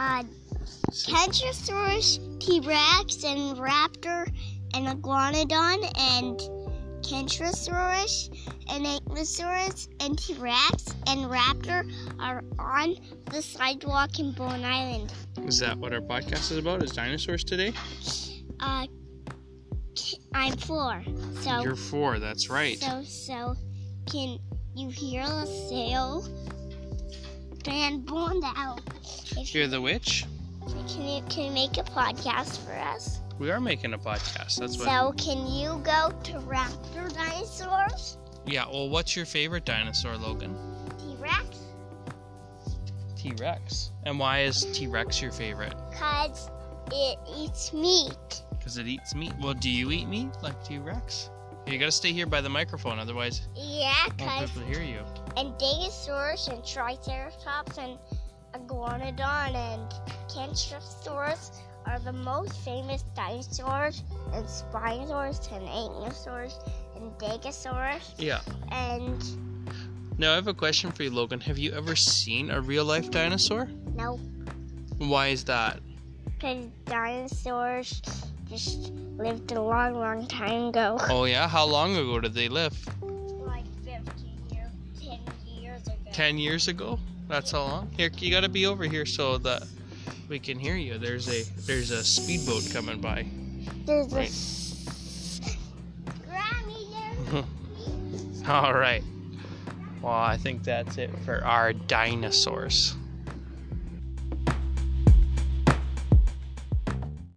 Uh, Kentrosaurus, T Rex, and Raptor, and Iguanodon, and Kentrosaurus, and Ankylosaurus, and T Rex, and Raptor are on the sidewalk in Bowen Island. Is that what our podcast is about? Is dinosaurs today? Uh, k- I'm four, so You're four, that's right. so so can you hear a sail? Van Bondel. If Hear the witch? Can you can you make a podcast for us? We are making a podcast. That's what. So can you go to Raptor Dinosaurs? Yeah, well, what's your favorite dinosaur, Logan? T Rex? T Rex. And why is T Rex your favorite? Cause it eats meat. Because it eats meat. Well, do you eat meat like T Rex? You gotta stay here by the microphone, otherwise, Yeah, I won't cause be able to hear you. and Dinosaurs and Triceratops and Iguanodon and Kentrosaurus are the most famous dinosaurs and Spinosaurus and Ankylosaurs and Stegosaurus Yeah. and Now, I have a question for you, Logan. Have you ever seen a real life dinosaur? no Why is that? Because dinosaurs just lived a long, long time ago. Oh, yeah? How long ago did they live? Like 15 years, 10 years ago. 10 years ago? That's how long? Here, you gotta be over here so that we can hear you. There's a there's a speedboat coming by. There's Right. this. Grammy, there's All right. Well, I think that's it for our dinosaurs.